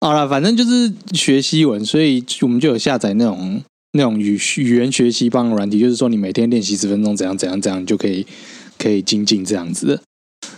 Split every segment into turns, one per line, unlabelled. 好了，反正就是学西文，所以我们就有下载那种那种语语言学习帮的软体，就是说你每天练习十分钟，怎样怎样怎样，你就可以可以精进这样子的。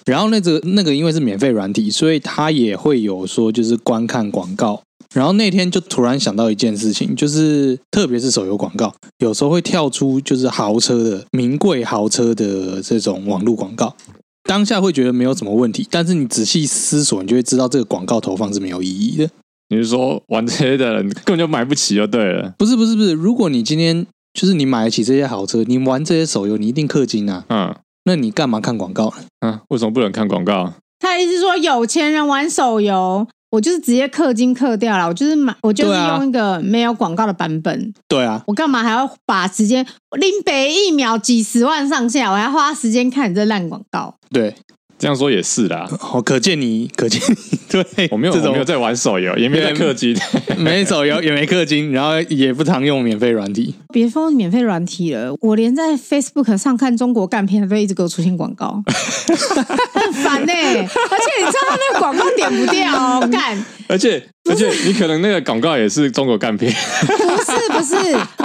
然后那个那个因为是免费软体，所以它也会有说就是观看广告。然后那天就突然想到一件事情，就是特别是手游广告，有时候会跳出就是豪车的名贵豪车的这种网络广告，当下会觉得没有什么问题，但是你仔细思索，你就会知道这个广告投放是没有意义的。
你是说玩这些的人根本就买不起就对了。
不是不是不是，如果你今天就是你买得起这些豪车，你玩这些手游，你一定氪金啊，
嗯
那你干嘛看广告呢？
嗯，为什么不能看广告？
他的意思是说，有钱人玩手游，我就是直接氪金氪掉了，我就是买，我就是
对啊
用一个没有广告的版本，
对啊，
我干嘛还要把时间拎北一秒几十万上下，我还花时间看你这烂广告？
对，
这样说也是啦。
好，可见你可见你对
我没 有，
这
我
种
没有在玩手游，也没有在氪金。
没手游也没氪金，然后也不常用免费软体。
别说免费软体了，我连在 Facebook 上看中国干片都一直给我出现广告，很烦呢、而且你知道他那个广告点不掉哦，干。
而且而且，你可能那个广告也是中国干片，
不是不是，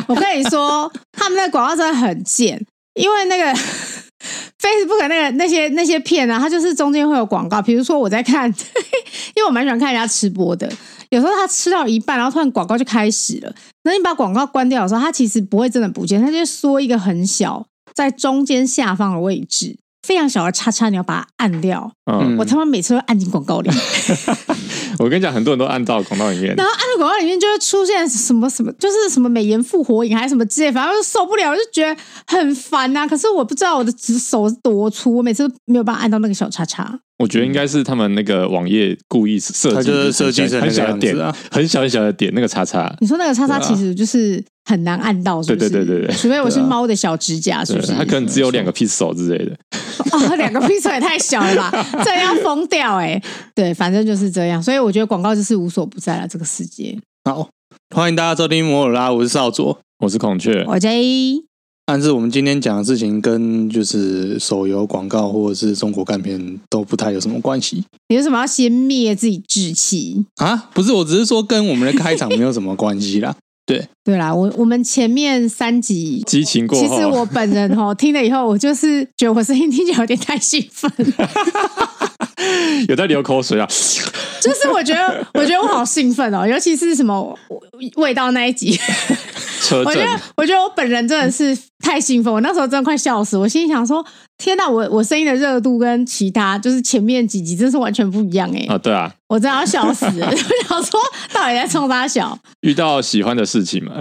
我跟你说，他们那个广告真的很贱，因为那个 Facebook 那个那些那些片啊，它就是中间会有广告，比如说我在看， 因为我蛮喜欢看人家吃播的，有时候他吃到一半，然后突然广告就开始了，那你把广告关掉的时候，它其实不会真的不见，它就是缩一个很小，在中间下方的位置。非常小的叉叉，你要把它按掉。
嗯，
我他妈每次都按进广告里，
我跟你讲，很多人都按到广告里面
然。后按照广告里面就会出现什么什么，就是什么美颜复活影还是什么之类，反正我就受不了，我就觉得很烦呐、可是我不知道我的指手是多粗，我每次都没有办法按到那个小叉叉。
我觉得应该是他们那个网页故意设计，
它就是设计成
很小
那
的
个
点
样子啊，
很小很小的点那个叉叉。
你说那个叉叉
对啊
其实就是很难按到，是不是？
对对对对对
除非我是
对啊
猫的小指甲，是
对
不是？
它可能只有两个 pixel 之类的，
哦，两个 pixel 也太小了吧，这样要疯掉哎、对，反正就是这样，所以我觉得广告就是无所不在了，这个世界。
好，欢迎大家收听摩尔拉，我是少佐。
我是孔雀，
我 J
但是我们今天讲的事情跟就是手游广告或者是中国干片都不太有什么关系
你为什么要先灭自己志气？
啊？不是，我只是说跟我们的开场没有什么关系啦。
对啦，我我们前面三集
激情过
其实
后
我本人哦，听了以后，我就是觉得我声音听起来有点太兴奋，
有在流口水啊，
就是我觉得，我觉得我好兴奋哦，尤其是什么味道那一集，
车
我觉
震
得，我觉得我本人真的是太兴奋，我那时候真的快笑死，我心里想说，天哪，我我声音的热度跟其他就是前面几集真是完全不一样哎、
啊，对啊，
我真的要笑死 了，我想说到底在冲啥小，
遇到喜欢的事情嘛，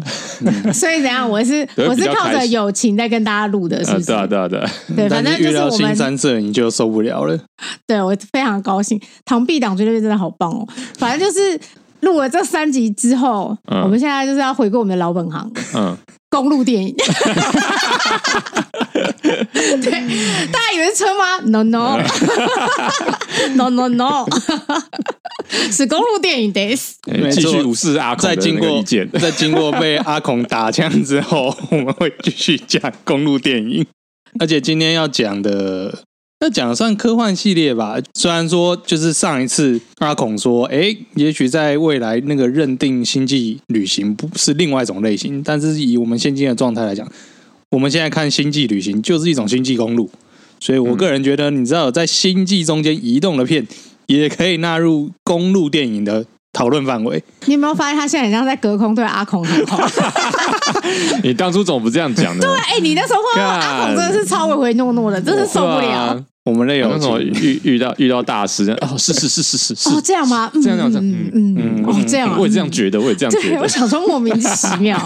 所以怎样，我是
对
我
比
是
较
靠
开
着
心
友情在跟大家录的，是
啊，
不是？
对啊，对啊，对 啊，
对反正
但是
就
遇
是
到
我们
新三色你就受不了了。
对我非常高兴，螳臂挡车那边真的好棒哦。反正就是录了这三集之后，
嗯
我们现在就是要回归我们的老本行
嗯，
——公路 电影。对，大家以为是车吗？No No
嗯
No No No，是公路电影 days。
没
继
错
续无视阿孔
在
的
经
那个
过，
意见
在经过被阿孔打枪之 后，我们会继续讲公路电影，而且今天要讲的。要讲的算科幻系列吧，虽然说就是上一次阿孔说，诶，也许在未来那个认定星际旅行不是另外一种类型，但是以我们现今的状态来讲，我们现在看星际旅行就是一种星际公路，所以我个人觉得，你知道在星际中间移动的片也可以纳入公路电影的讨论范围。
你有没有发现他现在很像在隔空对阿孔喊话？
你当初怎么不这样讲呢？
哎、你那时候会阿孔真的是超唯唯诺诺的，真是受不
对
了
啊。。
我们的
有
友
那种
情，
遇遇到遇到大师哦，是是是是是是，
哦，这样吗？嗯
这样这样这样
嗯嗯，
嗯
哦，这样啊，
我也这样觉得，我也这样觉
对，我
得。
想说莫名其 妙，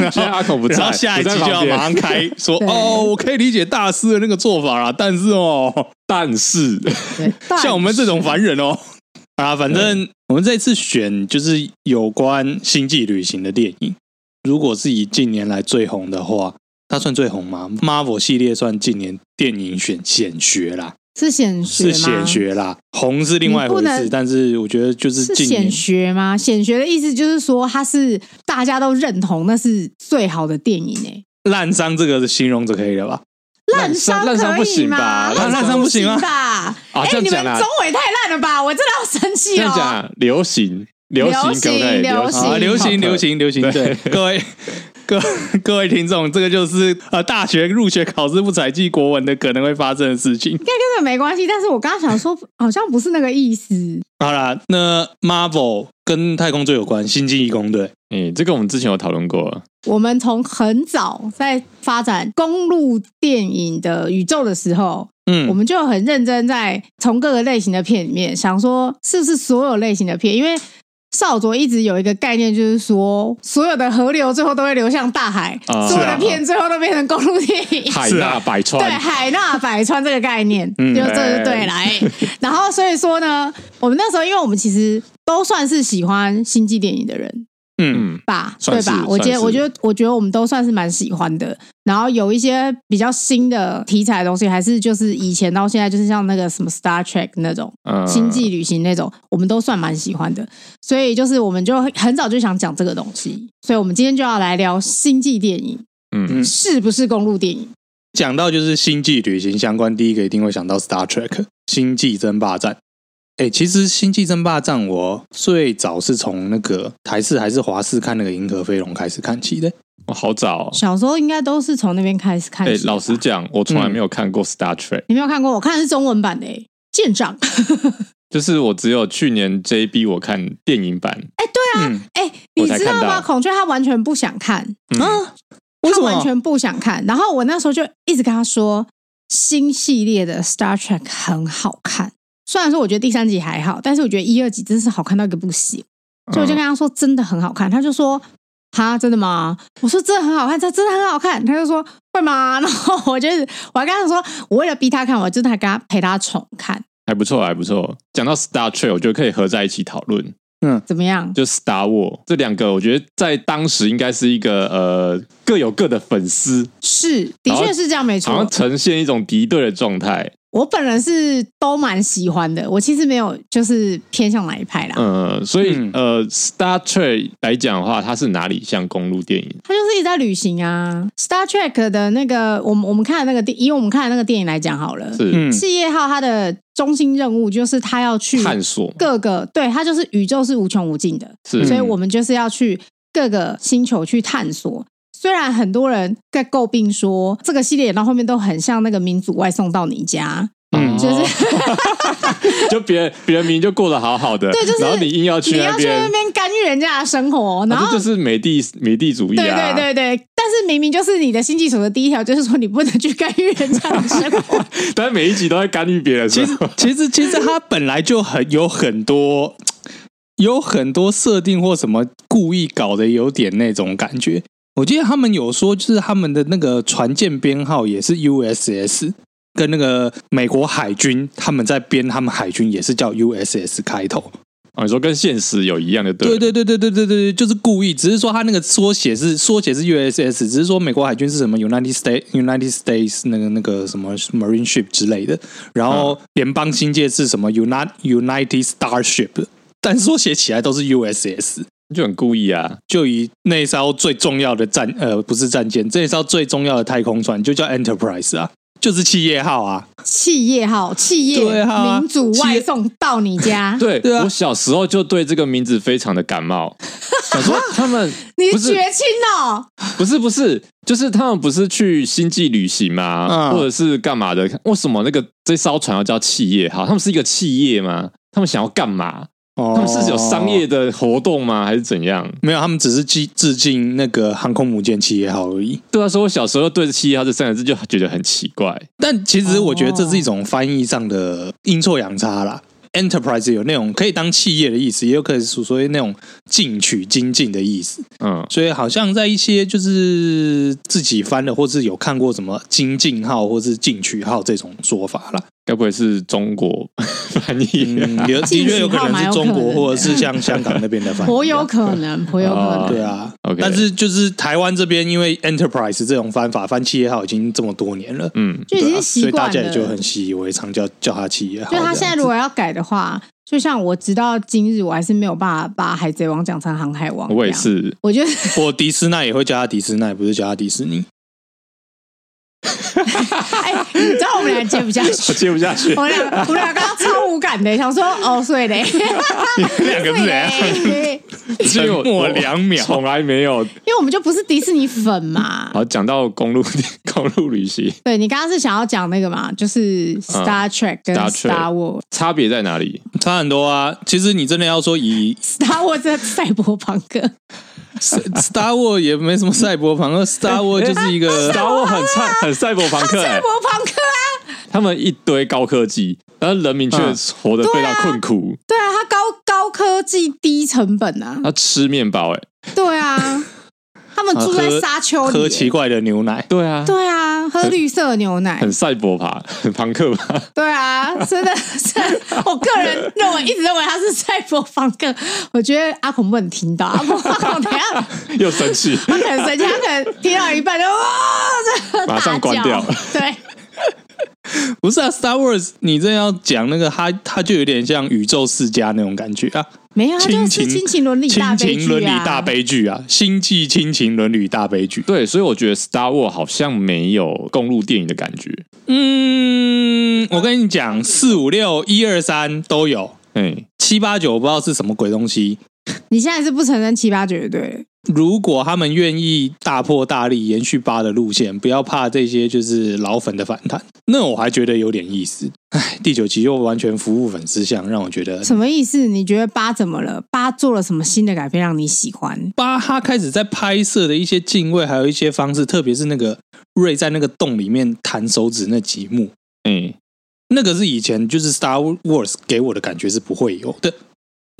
现在阿孔不在，
然后下一集
我在
就
旁
要
边
马上 开说
对
哦，我可以理解大师的那个做法啦，但是 哦，
但是
对，
像我们这种凡人哦， 啊，反正我们这次选就是有关星际旅行的电影，如果是以近年来最红的话，它算最红吗？Marvel 系列算近年电影选显学啦，
是显学
是
吗？
显学啦，红是另外一回
你不能
事，但是我觉得就是
是
近
显
年
学吗？显学的意思就是说，它是大家都认同那是最好的电影欸诶、
烂伤这个形容就可以了吧？
烂 伤
啊烂伤
可
不
以
行吧
吗？
烂
烂
伤
不
不行吗
吧？
啊，
哎、
这样
你们
讲啦
中，尾太烂了吧！我真的要生气哦
这样讲
了。
啊流行流行
流
可不可以？
行流 行
啊，流行流行流行，对 各位各 各位听众，这个就是呃大学入学考试不采集国文的可能会发生的事情。
这个没关系。但是我刚刚想说，好像不是那个意思。
好啦，那 Marvel 跟太空最有关，《星际义工队》
诶、哎这个我们之前有讨论过了，
我们从很早在发展公路电影的宇宙的时候，我
嗯，
们就很认真在从各个类型的片里面想说，是不是所有类型的片？因为少佐一直有一个概念，就是说所有的河流最后都会流向大海，
啊
所有
是
的
啊
片最后都变成公路电影。
海
是啊
纳百川
对，海纳百川这个概念，
嗯
就这就对了。哎然后所以说呢，我们那时候因为我们其实都算是喜欢星际电影的人，
嗯
嗯，
吧，
算
对
是
吧？我觉
算
得，
是
我觉得，我觉得我们都算是蛮喜欢的。然后有一些比较新的题材的东西，还是就是以前到现在，就是像那个什么 Star Trek 那种
嗯
星际旅行那种，我们都算蛮喜欢的。所以就是我们就很早就想讲这个东西，所以我们今天就要来聊星际电影
嗯
嗯
是不是公路电影？
讲到就是星际旅行相关，第一个一定会想到 Star Trek《星际争霸战》。哎，其实《星际争霸战》我最早是从那个台视还是华视看那个《银河飞龙》开始看起的。
哇好早、哦。
小时候应该都是从那边开始看
诶、
起的吧。
老实讲，我从来没有看过 Star Trek，、
你没有看过？我看的是中文版的、欸。舰长，
就是我只有去年 JB 我看电影版，
嗯
哎、
我
你
才
知道
看
吗？
到
孔雀他完全不想看，
嗯
啊，为
他
什
完
么？
全不想看。然后我那时候就一直跟他说，新系列的 Star Trek 很好看。虽然说我觉得第三集还好，但是我觉得一二集真是好看到一个不行，所
嗯
嗯
以我就跟他说真的很好看。他就说。哈，真的吗？我说真的很好看，他真的很好看。他就说会吗？ 然后我就是，我还跟他说，我为了逼他看，我真的还跟他陪他重看，
还不错，还不错。讲到 Star Trek，我觉得可以合在一起讨论，
怎么样？
就 Star War 这两个，我觉得在当时应该是一个呃各有各的粉丝，
是，的
然后
确是这样，没错。
好像呈现一种敌对的状态。
我本人是都蛮喜欢的，我其实没有就是偏向哪一派啦。
呃，所以、
嗯
呃，Star Trek 来讲的话，它是哪里像公路电影？
他就是一直在旅行啊。Star Trek 的那个，我们我们看的那个电，以我们看的那个电影来讲好了，
是、
嗯
企业号它的中心任务就是他要去
探索，
各个，对，它就是宇宙是无穷无尽的，
是
所以我们就是要去各个星球去探索。虽然很多人在诟病说这个系列演到后面都很像那个民族外送到你家，
哦
嗯
就是
是 就别人别人明明就过得好好的，
对就是
然后你硬要去
你
那
要去那
边，
边干预人家的生活，然
啊
后
这就是美帝美帝主义
对
啊，
对对对，但是明明就是你的星际守的第一条，就是说你不能去干预人家的生活。
对，但是每一集都在干预别人，
其
是
实
吧，
其实，其实他本来就很有很多有很多设定或什么故意搞得有点那种感觉。我记得他们有说，就是他们的那个船舰编号也是 USS，跟那个美国海军他们在编，他们海军也是叫 USS 开头。
啊，你说跟现实有一样的，
对
对了，
对对对对对对，就是故意，只是说他那个缩写是缩写是 USS，只是说美国海军是什么 United States United States 那个那个什么 Marine Ship 之类的，然后
啊
联邦新界是什么 United United Starship，但缩写起来都是 USS。
就很故意啊，
就以那艘最重要的战呃不是战舰，这艘最重要的太空船就叫 Enterprise 啊，就是企业号啊。
企 业号，企业
对啊
民主外送到你家，
对，
对啊
我小时候就对这个名字非常的感冒，想 说他们
你
不
是
是
绝亲哦，
不是不是，就是他们不是去星际旅行吗？
嗯
或者是干嘛的？为什么那个这艘船要叫企业号？他们是一个企业吗？他们想要干嘛？
他
他们是有商业的活动吗？还是怎样？
哦没有？他们只是致致敬那个航空母舰企业号而已。
对啊，所以我小时候对“企业号”这三个字就觉得很奇怪。
但其实我觉得这
哦
是一种翻译上的阴错阳差啦。Enterprise 有那种可以当企业的意思，也有可以属所谓那种进取精进的意思。
嗯，
所以好像在一些就是自己翻的，或是有看过什么精进号或是进取号这种说法啦。
该不会是中国 翻译啊、
嗯， 有的确有可能是中
进取号蛮有可能
国
的
或者是像香港那边的 翻译啊。
颇有 可能，颇有可能。
对啊
OK
但是就是台湾这边，因为 Enterprise 这种翻法翻企业号已经这么多年了，
嗯，
就已
对啊
经习惯了。
所以大家也就很习以为常叫叫他企业号这
就
样子。
他现在如果要改的话，就像我直到今日，我还是没有办法把《海贼王》讲成《航海王》。
我也，是。
我觉得
我迪斯奈也会叫他迪斯奈，不是叫他迪士尼。
哎、你知道我们俩接不 下去
我，接不下去
我。们俩我们俩刚刚超无感的，想说哦，所 以嘞，
两个
所以
字 啊，
嘞，
因为我
沉默两秒
从来没有。
因为我们就不是迪士尼粉
嗯
嘛。
好，讲到公路公路旅 行，
对你刚刚是想要讲那个嘛，就是
嗯
Star Trek 跟
Star Trek
Star War，Star
差别在哪里？
差很多啊。其实你真的要说以
War 这赛博朋 克，
Star War 也没什么赛博朋克，Star War 就是一个
然后很赛很赛博朋克、
赛
欸，
博朋克啊，
他们一堆高科技，然后人民却
嗯
活得非常困苦，
对啊，它高高科技低成本啊，
他吃面包、欸，啊哎，
对啊，他们住在
喝
沙丘里
啊喝奇
耶，
怪嗯的牛奶。
对啊，
对啊，喝绿色牛奶
很，赛博吧，很朋克吧？
对啊，真的是，我个人认为一直认为他是赛博朋克，我觉得阿孔不能听到，阿孔阿孔等一下
又生气，
他可能生气，他可能听到一半就哇，这
马上
大
关
叫
掉。
对，
不是啊，Star Wars，你真的要讲那个，它它就有点像宇宙世家那种感觉啊，
没有，他就
亲
是
情
亲情伦理大
亲
悲剧
情
啊，
伦理大悲剧啊，星际亲情伦理大悲剧。
对，所以我觉得 Star War 好像没有公路电影的感觉。
嗯，我跟你讲，四五六一二三都有，
哎，
七八九不知道是什么鬼东西。
你现在是不承认七八九就对了，
如果他们愿意大破大立，延续八的路线，不要怕这些就是老粉的反弹，那我还觉得有点意思。唉，第九集又完全服务粉丝向，让我觉得
什么意思？你觉得八怎么了？八做了什么新的改变让你喜欢？
巴哈开始在拍摄的一些敬畏，还有一些方式，特别是那个瑞在那个洞里面弹手指那几幕，
哎，
那个是以前就是 Star Wars 给我的感觉是不会有的。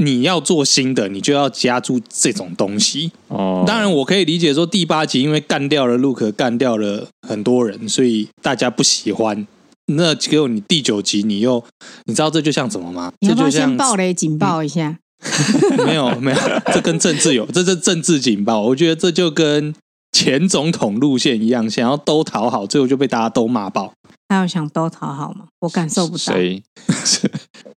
你要做新的，你就要加注这种东西。
哦，
当然，我可以理解说第八集因为干掉了 Luke，干掉了很多人，所以大家不喜欢。那结果你第九集你又，你知道这就像什么吗？
你
这
要不
就
要
像嗯
先暴雷警报一下？
没有没有，这跟政治有，这是政治警报。我觉得这就跟前总统路线一样，想要都讨好，最后就被大家都骂爆。
还有想都讨好吗？我感受不到。
谁？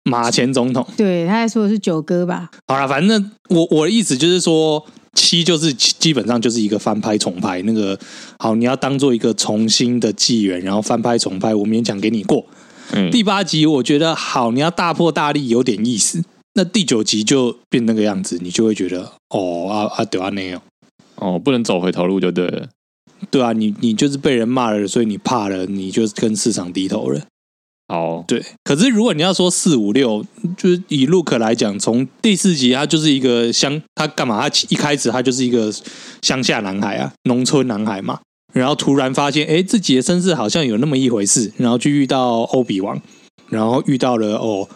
马前总统，
对，他在说的是九哥吧？
好了，反正我我的意思就是说，七就是基本上就是一个翻拍重拍。那个好，你要当做一个重新的纪元，然后翻拍重拍，我勉强给你过。
嗯，
第八集我觉得好，你要大破大立有点意思。那第九集就变那个样子，你就会觉得哦啊啊对啊那样。
哦，不能走回头路就对了。
对啊，你你就是被人骂了，所以你怕了，你就跟市场低头了。
好，
对，可是如果你要说四五六，就是以 Look 来讲，从第四集他就是一个乡，他干嘛？他一开始他就是一个乡下男孩啊，农村男孩嘛。然后突然发现，哎，自己的身世好像有那么一回事，然后去遇到欧比王，然后遇到了哦，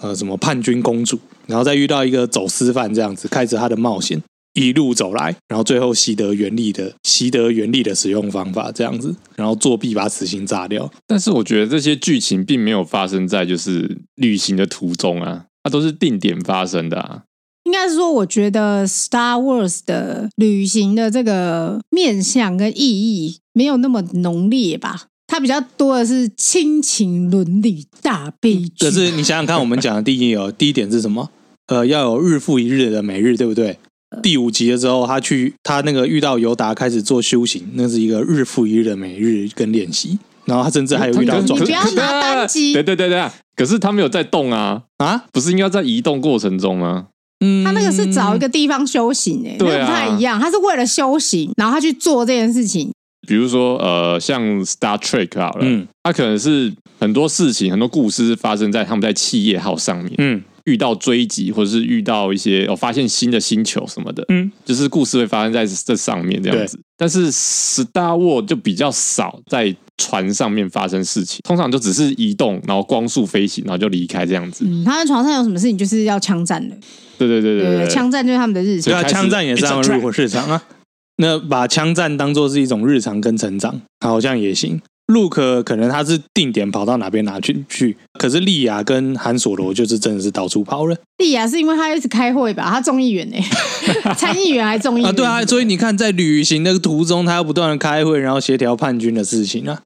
呃，什么叛军公主，然后再遇到一个走私犯，这样子开始他的冒险，一路走来，然后最后习得原力的习得原力的使用方法，这样子，然后作弊把死刑炸掉。
但是我觉得这些剧情并没有发生在就是旅行的途中啊，它都是定点发生的啊。
应该是说，我觉得《Star Wars》的旅行的这个面向跟意义没有那么浓烈吧，它比较多的是亲情伦理大悲剧。
可是你想想看，我们讲的第一有第一点是什么？呃，要有日复一日的每日，对不对？第五集的时候，他去他那个遇到尤达开始做修行，那是一个日复一日的每日跟练习。然后他甚至还有遇到
你
撞
不要拿单机
对对对对，可是他没有在动啊，
啊，
不是应该在移动过程中吗？
嗯，
他那个是找一个地方修行、欸，那
对啊
个不太一样。他是为了修行，然后他去做这件事情。
比如说呃，像 Star Trek 好了，
嗯
它可能是很多事情、很多故事是发生在他们在企业号上面，
嗯
遇到追击或者是遇到一些哦发现新的星球什么的，
嗯，
就是故事会发生在这上面这样子。但是 Star War 就比较少在船上面发生事情，通常就只是移动，然后光速飞行，然后就离开这样子。
嗯，他在床上有什么事情就是要枪战了，
对对对
对
对
对，枪战就是他们的日
对
常。
啊，
开始
枪战也是他们
It's a
入伙市场啊。那把枪战当做是一种日常跟成长，好像也行。陆可可能他是定点跑到哪边哪去去，可是莉亚跟韩索罗就是真的是到处跑了。
莉亚是因为他一直开会吧，他众议 员呢、参议员还众议员
啊，对啊，所以你看，在旅行的途中，他要不断的开会，然后协调叛军的事情啊。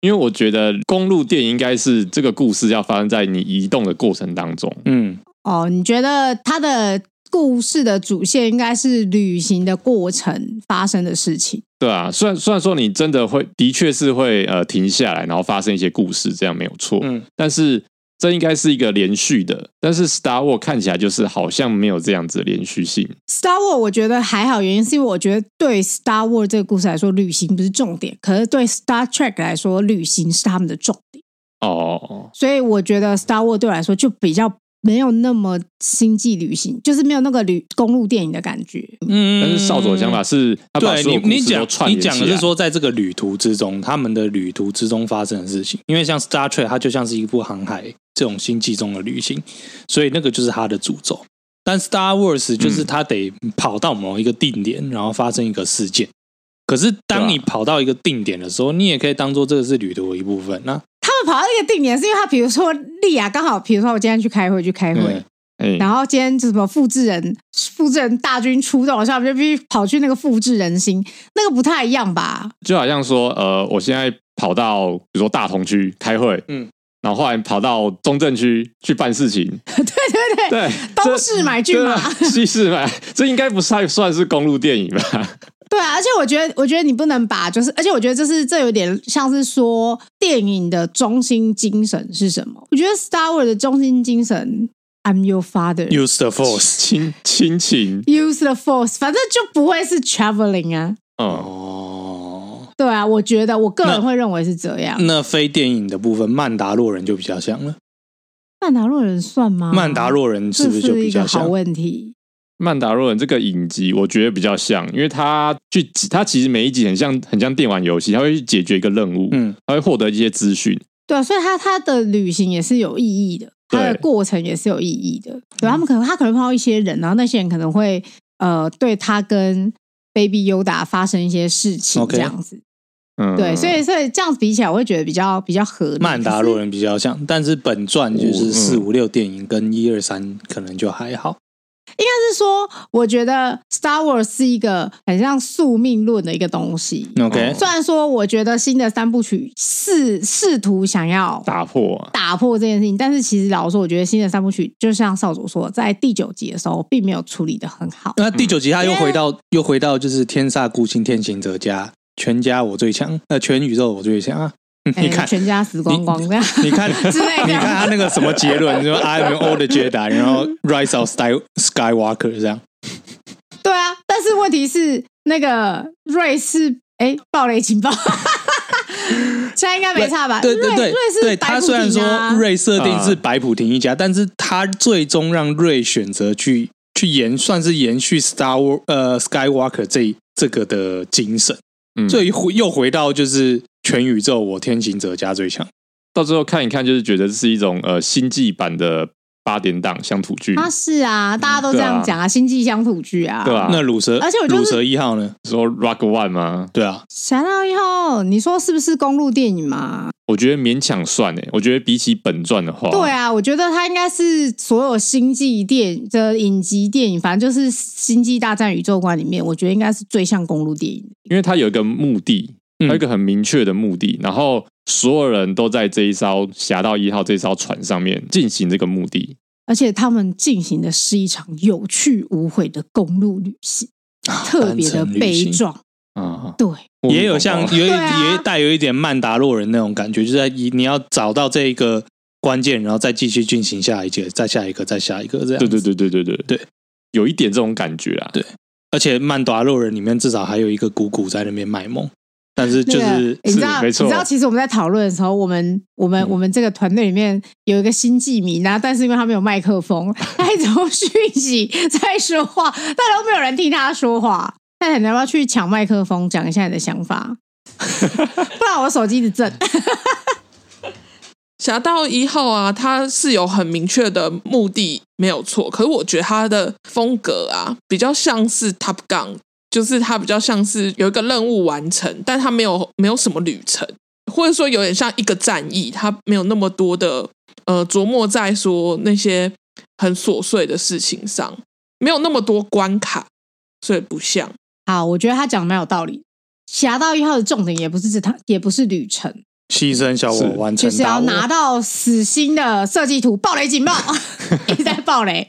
因为我觉得公路电影应该是这个故事要发生在你移动的过程当中。
嗯，
哦，你觉得他的故事的主线应该是旅行的过程发生的事情？
对啊，虽然虽然说你真的会，的确是会呃停下来，然后发生一些故事，这样没有错。
嗯，
但是这应该是一个连续的，但是 Star War 看起来就是好像没有这样子的连续性。
Star War 我觉得还好，原因是因为我觉得对 Star War 这个故事来说，旅行不是重点，可是对 Star Trek 来说，旅行是他们的重点。
哦，
所以我觉得 Star War 对我来说就比较没有那么星际旅行，就是没有那个旅公路电影的感觉。
嗯
但是少佐的想法是，他把
对
所
你
有故
你
事都
讲
串
你
联起来
讲的是说，在这个旅途之中，他们的旅途之中发生的事情，因为像 Star Trek 它就像是一部航海这种星际中的旅行，所以那个就是它的主轴。但 Star
嗯
Wars 就是它得跑到某一个定点，然后发生一个事件。可是当你
对啊
跑到一个定点的时候，你也可以当做这个是旅途的一部分。啊那
他们跑到那个定点，是因为他比如说莉亚刚好，比如说我今天去开会去开会，
嗯
哎、
然后今天就什么复制人复制人大军出动，所以我们就必须跑去那个复制人心，那个不太一样吧？
就好像说，呃，我现在跑到比如说大同区开会，
嗯
嗯，然后后来跑到中正区去办 事情，
对对对，
对，
东
这
市买骏
对
马
啊西市买，这应该不算算是公路电影吧？
对啊，而且我觉得，我觉得你不能把就是，而且我觉得这是这有点像是说电影的中心精神是什么？我觉得 Star Wars 的中心精神，I'm your father。
Use the Force
亲亲情，
Use the force，反正就不会是 traveling 啊，
嗯，
哦，
对啊，我觉得我个
那嗯
人会认为是这样。
那非电影的部分，曼达洛人就比较像了。
曼达洛人算吗？
曼达洛人是
啊这
不是就是比
一
较
个
像
好？问题。
曼达洛人这个影集，我觉得比较像，因为他去他其实每一集很像很像电玩游戏，他会去解决一个任务，
嗯，
他会获得一些资讯，
对啊，所以他他的旅行也是有意义的，他的
对
过程也是有意义的。对，
嗯
他们可能他可能碰到一些人，然后那些人可能会呃对他跟 Baby Yoda 发生一些事情
OK
这样子。
嗯，
对，所以所以这样子比起来，我会觉得比较比较合理。
曼达洛人比较像，但是本传就是
嗯哦
四五六电影跟一二三可能就还好。
但是说，我觉得 Star Wars 是一个很像宿命论的一个东西。
OK，
虽然说，我觉得新的三部曲试试图想要
打破、啊，
打破这件事情，但是其实老实说，我觉得新的三部曲就像少佐说，在第九集的时候并没有处理的很好。
那第九集他又回到又回到就是天煞孤星天行者家，全家我最强，呃，全宇宙我最强啊！ 你
哎
看，
全家死光光这样
你看，
之类的
你看他那个什么结论，就是 I'm an old Jedi，然后 Rise of Sky Skywalker 这样。
对啊，但是问题是那个瑞士，哎，暴雷情报， 现在应该没差吧？
对对
瑞
对
瑞，士
对
白
他
普
虽然
廷
说
啊
瑞设定是白普廷一家，但是他最终让瑞选择去去延，算是延续 Star War 呃 Skywalker 这一这个的精神，
嗯，
所以回又回到就是全宇宙我天行者家最强。
到最后看一看，就是觉得是一种呃星际版的八点档乡土剧，
他是啊，大家都这样讲啊，星际乡土剧啊，
对吧、
那鲁蛇，
而且我就是
鲁蛇一号呢？
说 Rock One 吗？
对啊，
侠盗一号，你说是不是公路电影嘛？
我觉得勉强算欸诶，我觉得比起本传的
哦
话，
对，啊，我觉得它应该是所有星际电的影集电影，反正就是《星际大战宇宙观》里面，我觉得应该是最像公路电影的。
因为它有一个目的，
嗯
它有一个很明确的目的，然后所有人都在这一艘侠盗一号这一艘船上面进行这个目的，
而且他们进行的是一场有去无回的公路旅行，特别的
啊单程旅
悲
行
壮。
啊，
对，
也有像有一
对啊
也带有一点曼达洛人那种感觉，就是在你你要找到这一个关键，然后再继续进行下一届，再下一个，再下一个这样。
对对对对对对
对，
有一点这种感觉啊，
对而且曼达洛人里面至少还有一个姑姑在那边卖萌，但是就
那个
是嗯
你知道，
是没
你
错
知道，其实我们在讨论的时候，我们我们、我们这个团队里面有一个星际迷，然后但是因为他没有麦克风， 他一直用讯息在说话，但都没有人听他说话。那你要不要去抢麦克风，讲一下你的想 法？不然我手机一直震。
侠盗一号啊，它是有很明确的目的，没有错。可是我觉得它的风格啊，比较像是 Top Gun，就是它比较像是有一个任务完成，但它没有没有什么旅程，或者说有点像一个战役，它没有那么多的呃琢磨在说那些很琐碎的事情上，没有那么多关卡，所以不像。
好，我觉得他讲的蛮有道理。侠盗一号的重点也不是这趟，也不是旅程，
牺牲小我
是
完成
就是
大
要
我。
拿到死星的设计图。暴雷警报， 一直在 暴雷，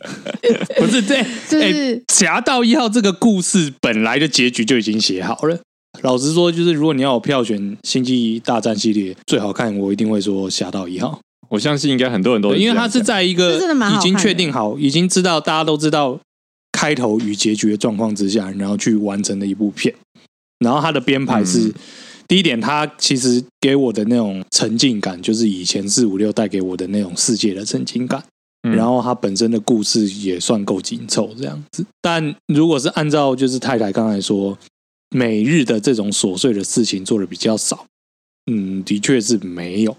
不是对，
就是。
哎侠盗一号这个故事本来的结局就已经写好了，老实说，就是如果你要我票选《星际大战》系列最好看，我一定会说《侠盗一号
我相信应该很多人》都
对，因为它
他
是在一个
这真的蛮好
已
看的
经确定好、已经知道大家都知道开头与结局的状况之下，然后去完成的一部片。然后它的编排是、
嗯
第一点，它其实给我的那种沉浸感，就是以前四五六带给我的那种世界的沉浸感。
嗯
然后它本身的故事也算够紧凑这样子。但如果是按照就是太太刚才说，每日的这种琐碎的事情做的比较少，嗯，的确是没有。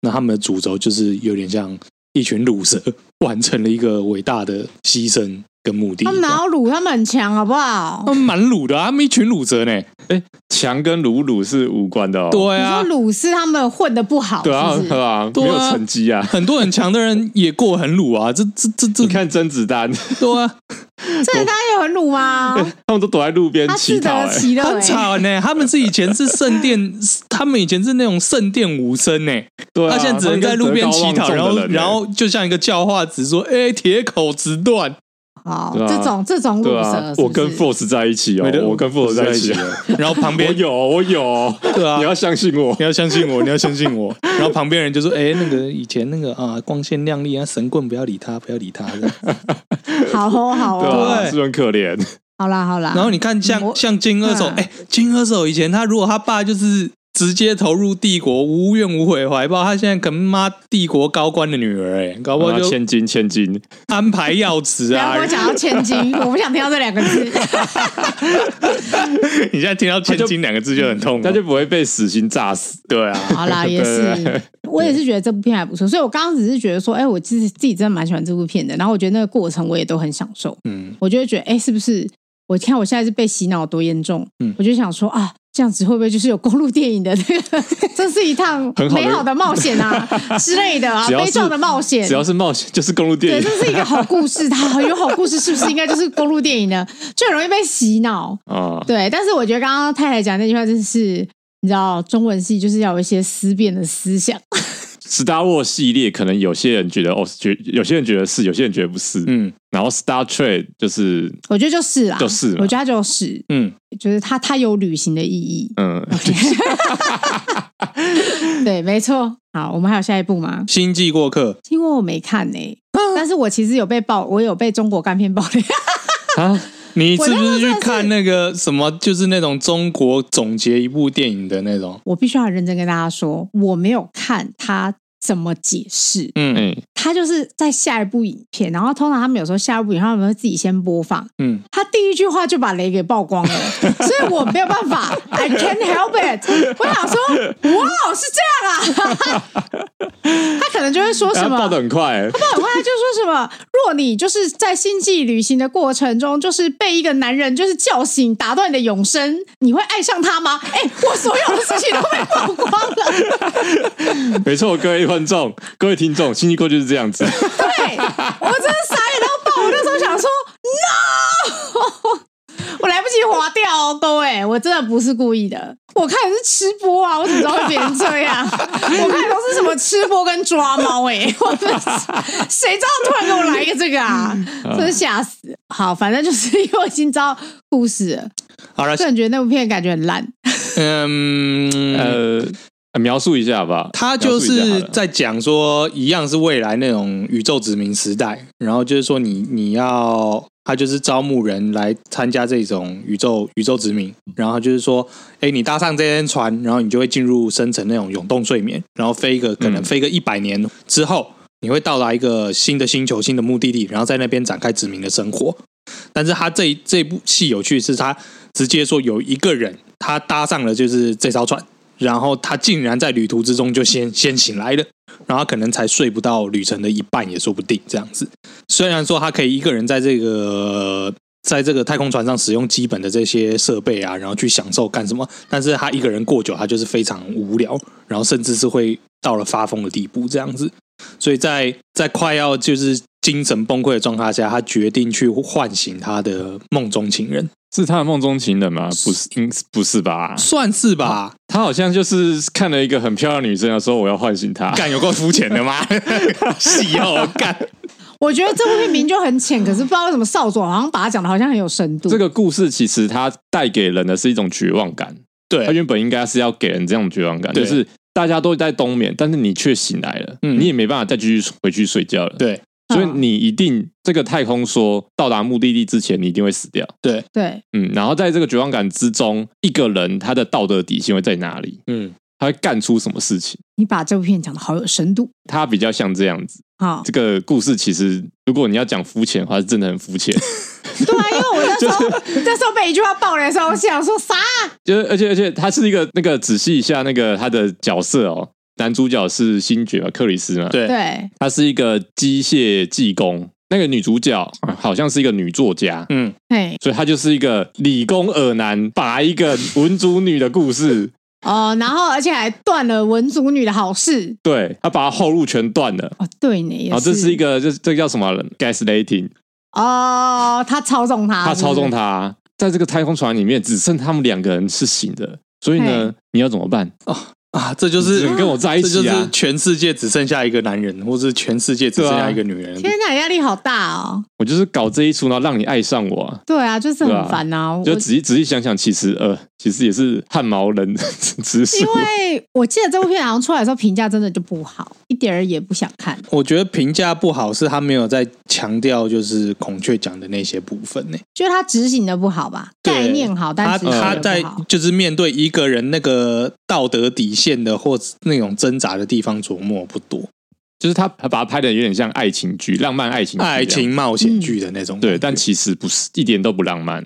那他们的主轴就是有点像一群乳蛇 完成了一个伟大的牺牲跟目的。
他们哪有卤，他们很强，好不好
他？们啊蛮鲁的、啊，他们一群鲁蛇呢。
强跟鲁鲁是无关的哦。
对
你说
啊，
鲁是他们混的不好，
对啊
是不，是
对啊，
对啊
没有成绩啊。
很多很强的人也过很鲁啊，这这这这
你，看甄子丹，
对啊，
这他也很卤吗？
他们都躲在路边
他
乞
自
讨、
得
欸，
其乐、
很
欸，
惨呢。他们是以前是圣殿， 他们以前是那种圣殿武僧呢。
对啊，
他现在只能在路边乞讨，
他们
然
跟德高望重
后
的人欸
然后就像一个叫化子说：“哎、铁口直 断。
好，
对啊
这种这种
对
卤
啊
蛇，是
我
不是
跟 Force 在一起哦
没得，
我跟 Force 在一起，
了。”然后旁
我
边
有我有，
对啊
你，要相信我。
你要相信我，你要相信我。然后旁边人就说：“哎、那个以前那个啊，光鲜亮丽啊，神棍不要理他，不要理他。这样
啊好哦好
对
哦，
啊，
对
是不是很可怜？
好啦好啦，”
然后你看像，像
我
金二手，
嗯
哎、金二手以前他如果他爸就是直接投入帝国，无怨无悔怀抱，他现在可能妈帝国高官的女儿、哎，搞不好
啊
就
千金千金，
安排要职
不要
啊
跟我。讲到 千金，我不想听到这两个字。
你现在听到“千金”两个字就嗯很痛苦
他就不会被死刑炸死。对啊，
好啦，也
对
是，我也是觉得这部片还不错，所以我刚刚只是觉得说，哎、我其实自己真的蛮喜欢这部片的，然后我觉得那个过程我也都很享受，
嗯，
我就会觉得，哎、是不是？我看我现在是被洗脑多严重，
嗯
我就想说啊，这样子会不会就是有公路电影的那个？这是一趟
很好的
美好的冒 险啊之类的啊，
只要
悲
是
壮的冒
嗯
险，
只要是冒险就是公路电
对，
影
这。是一个好故事，它有好故事，是不是应该就是公路电影呢？就很容易被洗脑。
啊，
对，但是我觉得刚刚太太讲那句话，真是你知道，中文系就是要有一些思辨的思想。
Star War 系列可能有些人觉得哦，觉有些人觉得是，有些人觉得不是。
嗯
然后 Star Trek 就是
我觉得就是啦，
就是嘛
我觉得它就是，
嗯，
就是它它有旅行的意义。
嗯，
对，没错。好，我们还有下一步吗？
星际过客，
因为我没看呢、
嗯
但是我其实有被爆，我有被中国干片爆雷。
啊，
你是不是去看那个什么，就是那种中国总结一部电影的那种？
我必须要很认真跟大家说，我没有看它怎么解释。
嗯
哎，
它就是在下一部影片，然后通常他们有时候下一部影片他们会自己先播放，
嗯，
他第一句话就把雷给曝光了， 所以我没有办法，I can't help it。我想说，哇，是这样啊， 他可能就会说什
他
么
爆。的很快， 欸
他很快就说什么，若你就是在星际旅行的过程中，就是被一个男人就是叫醒，打断你的永生，你会爱上他吗？哎、我所有的事情都被曝光了。
没错，各位观众、各位听众，星期过就是这样子。
对，我真的傻眼到爆！我那时候想说，no，我来不及划掉哦，各位，我真的不是故意的。我看的是吃播啊，我怎么知道会变成这 样？我看的都是什么吃播跟抓猫哎、欸，我真的是谁知道突然给我来一个这个啊，
嗯
真是吓死！好，反正就是因为我已经知道故事了，
好了
个，人觉得那部片感觉很烂。
嗯，
呃，描述一下吧，
他
描
就
述一下好
是
了
在讲说，一样是未来那种宇宙殖民时代，然后就是说你你要，他就是招募人来参加这种宇宙宇宙殖民，然后就是说，哎，你搭上这间船，然后你就会进入深层那种永动睡眠，然后飞一个可能
嗯
飞个一百年之后。你会到达一个新的星球、新的目的地，然后在那边展开殖民的生活。但是他这一这部戏有趣是，他直接说有一个人他搭上了就是这艘船，然后他竟然在旅途之中就先先醒来了，然后他可能才睡不到旅程的一半也说不定这样子。虽然说他可以一个人在这个。在这个太空船上使用基本的这些设备啊，然后去享受干什么？但是他一个人过久，他就是非常无聊，然后甚至是会到了发疯的地步这样子。所以在在快要就是精神崩溃的状态下，他决定去唤醒他的梦中情人，
是他的梦中情人吗？不是，应不是吧？
算是吧？
他好像就是看了一个很漂亮的女生，说我要唤醒她。
干有够肤浅的吗？ 戏要干，
我觉得这部片名就很浅，可是不知道为什么少佐好像把它讲的好像很有深度。
这个故事其实它带给人的是一种绝望感，它
对，
原本应该是要给人这种绝望感，
对
就是大家都在冬眠，但是你却醒来了，
嗯
你也没办法再继续回去睡觉了。
对，
所以你一定这个太空梭到达目的地之前，你一定会死掉。
对，
嗯，然后在这个绝望感之中，一个人他的道德底线会在哪里？
嗯，
他会干出什么事情？
你把这部片讲的好有深度，
他比较像这样子。
好，
这个故事其实，如果你要讲肤浅的话，是真的很肤浅。
对啊，因为我那时候、那时候被一句话爆雷的时候，我想说啥？
就是而且而且，他是一个那个仔细一下那个他的角色哦，男主角是星爵嘛，克里斯嘛，
对
对，
她是一个机械技工。那个女主角啊好像是一个女作家，
嗯，
嘿，
所以她就是一个理工耳男把一个文族女的故事，
哦，然后而且还断了文族女的好事，
对她把她后路全断了。
哦，对呢，也
然后这是一个，这这叫什么？gaslighting，
哦，他操纵他，
他操纵
他，
她，在这个太空船里面只剩他们两个人是醒的，所以呢，你要怎么办？
啊，这就
你只
是
能跟我在一
这就是
起啊！
全世界只剩下一个男人，或是全世界只剩下一个女人。
天哪，压力好大哦。
我就是搞这一出，然后让你爱上我啊！
对啊，就是
对啊
很烦啊，我
就仔细仔细想想，其实呃，其实也是汗毛人 直
因
竖。
为我记得这部片好像出来的时候评价真的就不好，一点儿也不想看。
我觉得评价不好是他没有在强调就是孔雀奖的那些部分呢、
就是他执行的不好吧，
对
概念好，但
他
执行
他
的
在
不好。
就是面对一个人那个道德底线的或那种挣扎的地方琢磨不多，
就是他他把它拍的有点像爱情剧，浪漫爱情剧这样，
爱情冒险剧的那种感觉、
对，但其实不是一点都不浪漫。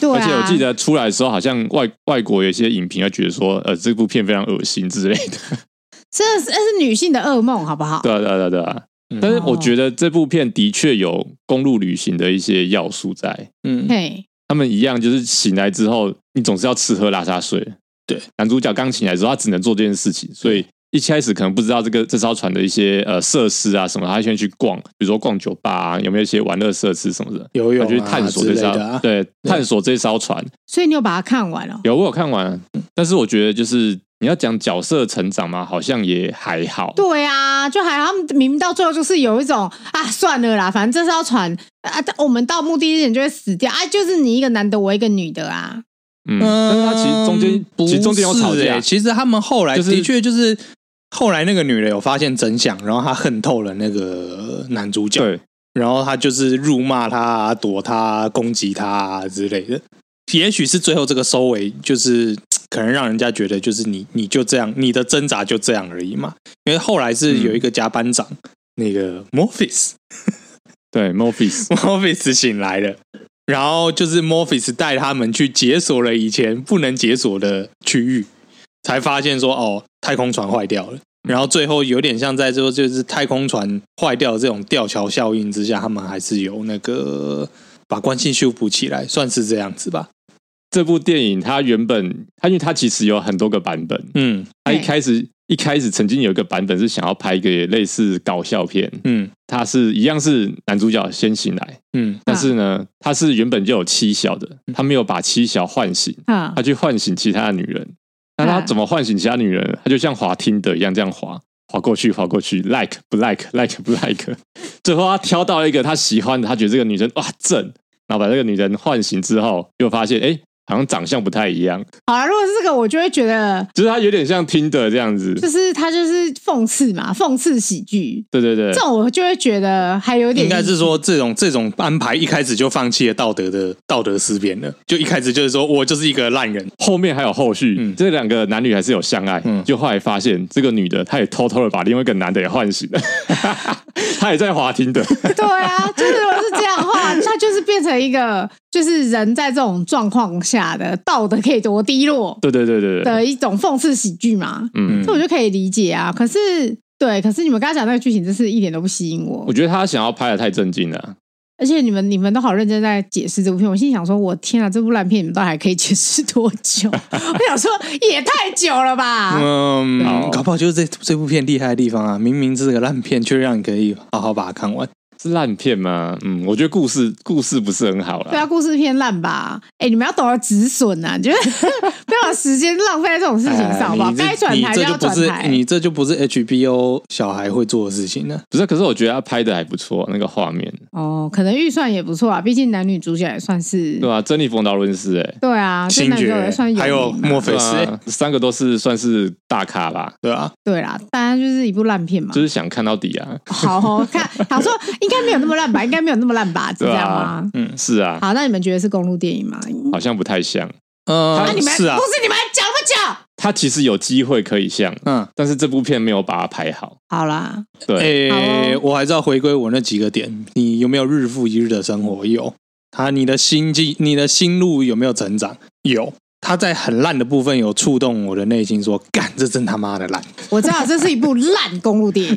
对
而
啊，
且我记得出来的时候，好像外外国有一些影评会觉得说，呃，这部片非常恶心之类的。
这是这是女性的噩梦，好不好？
对啊，对啊，对啊对啊
嗯。
但是我觉得这部片的确有公路旅行的一些要素在，
嗯，
嘿，
他们一样就是醒来之后，你总是要吃喝拉撒睡。
对，
男主角刚醒来的时候，他只能做这件事情，所以一开始可能不知道这个这艘船的一些呃设施啊什么，他先去逛，比如说逛酒吧、啊，有没有一些玩乐设施什么的，
游
他
泳、啊、
去探索
之
这
类
艘
的、啊，
对探索这艘船。
所以你有把它看完哦了？
有我有看完，但是我觉得就是你要讲角色成长嘛，好像也还好。
对啊，就还好他们明明到最后就是有一种啊，算了啦，反正这艘船啊，我们到目的地点就会死掉啊，就是你一个男的，我一个女的啊，
嗯，但是他其实中间、
嗯不
其实中间有吵
是
架
欸，其实他们后来
就是
的确就是后来那个女的有发现真相，然后她恨透了那个男主角，
对，
然后她就是辱骂他、啊、躲他啊、攻击他、啊、之类的。也许是最后这个收尾，就是嘖可能让人家觉得就是你你就这样，你的挣扎就这样而已嘛。因为后来是有一个加班长，那个 Morpheus，
对 Morpheus，
Morpheus 醒来了，然后就是 Morpheus 带他们去解锁了以前不能解锁的区域，才发现说哦，太空船坏
嗯
掉了。然后最后有点像在说，就是太空船坏掉的这种吊桥效应之下，他们还是有那个把关系修补起来，算是这样子吧。
这部电影它原本它因为它其实有很多个版本，
嗯
它一
对
开始一开始曾经有一个版本是想要拍一个类似搞笑片，
嗯
它是一样是男主角先醒来，
嗯
但是呢，他是原本就有妻小的，他没有把妻小唤醒，
啊
他，去唤醒其他的女人。那他怎么唤醒其他女人呢？他就像滑听的一样，这样滑滑过去，滑过去，like 不 like，like 不 like。最 后他挑到一个他喜欢的，他觉得这个女生哇正，然后把这个女人唤醒之后，又发现哎、诶好像长相不太一样，
好了，如果是这个，我就会觉得
就是他有点像听的这样子。
就是他就是讽刺嘛，讽刺喜剧。
对对对
这，种我就会觉得还有点
应该 是说这种这种安排一开始就放弃了道德的道德思辨了，就一开始就是说我就是一个烂人，
后面还有后续，
嗯
这两个男女还是有相爱。
嗯
就后来发现这个女的，她也偷偷的把另外一个男的也唤醒了， 她也在滑听的。
对啊，就是如果是这样的话，他就是变成一个就是人在这种状况下的道德可以多低落
对对 对对对，
的一种讽刺喜剧嘛，
嗯
这我就可以理解啊。可是对，可是你们刚刚讲那个剧情，真是一点都不吸引我
我。觉得他想要拍的太震惊了。啊
而且你们你们都好认真在解释这部片，我心里想说，我天啊，这部烂片你们到底还可以解释多久？ 我想说也太久了吧。
嗯
好，
搞不好就是这这部片厉害的地方啊！明明是个烂片，却让你可以好好把它看完。
是烂片吗？嗯，我觉得故事故事不是很好
对啊，
啦。
故事偏烂吧？哎、你们要懂得止损呐、啊，就是不要把时间浪费在这种事情上，好不好？
哎你这
该转
你
台
这
要
就不
转
是
台。
你这就不是 HBO 小孩会做的事情了。
不是，啊可是我觉得他拍的还不错，那个画面，
哦，可能预算也不错啊，毕竟男女主角也算是
对啊，珍妮冯·劳伦斯、欸，哎，
对啊，就
星
男主
爵
角也算有
还有
名嘛
墨菲
对
是
啊，三个都是算是大咖吧，
对啊，
对啦，当然就是一部烂片嘛
就。是想看到底啊，
好哦，看好说应该没有那么烂吧，应该没有那么烂吧，是这
对
样
啊哦
吗？，
嗯，是啊，
好，那你们觉得是公路电影吗？
好像不太像。
嗯、
那你们
是啊
不，是你们讲不讲？
他其实有机会可以像，
嗯，
但是这部片没有把它拍好。
好啦，
对，
诶、
好哦
哎我还是要回归我那几个点，你有没有日复一日的生活？有。他你的心境，你的心路有没有成长？有。他在很烂的部分有触动我的内心说干，这真他妈的烂，
我知道这是一部烂公路电影，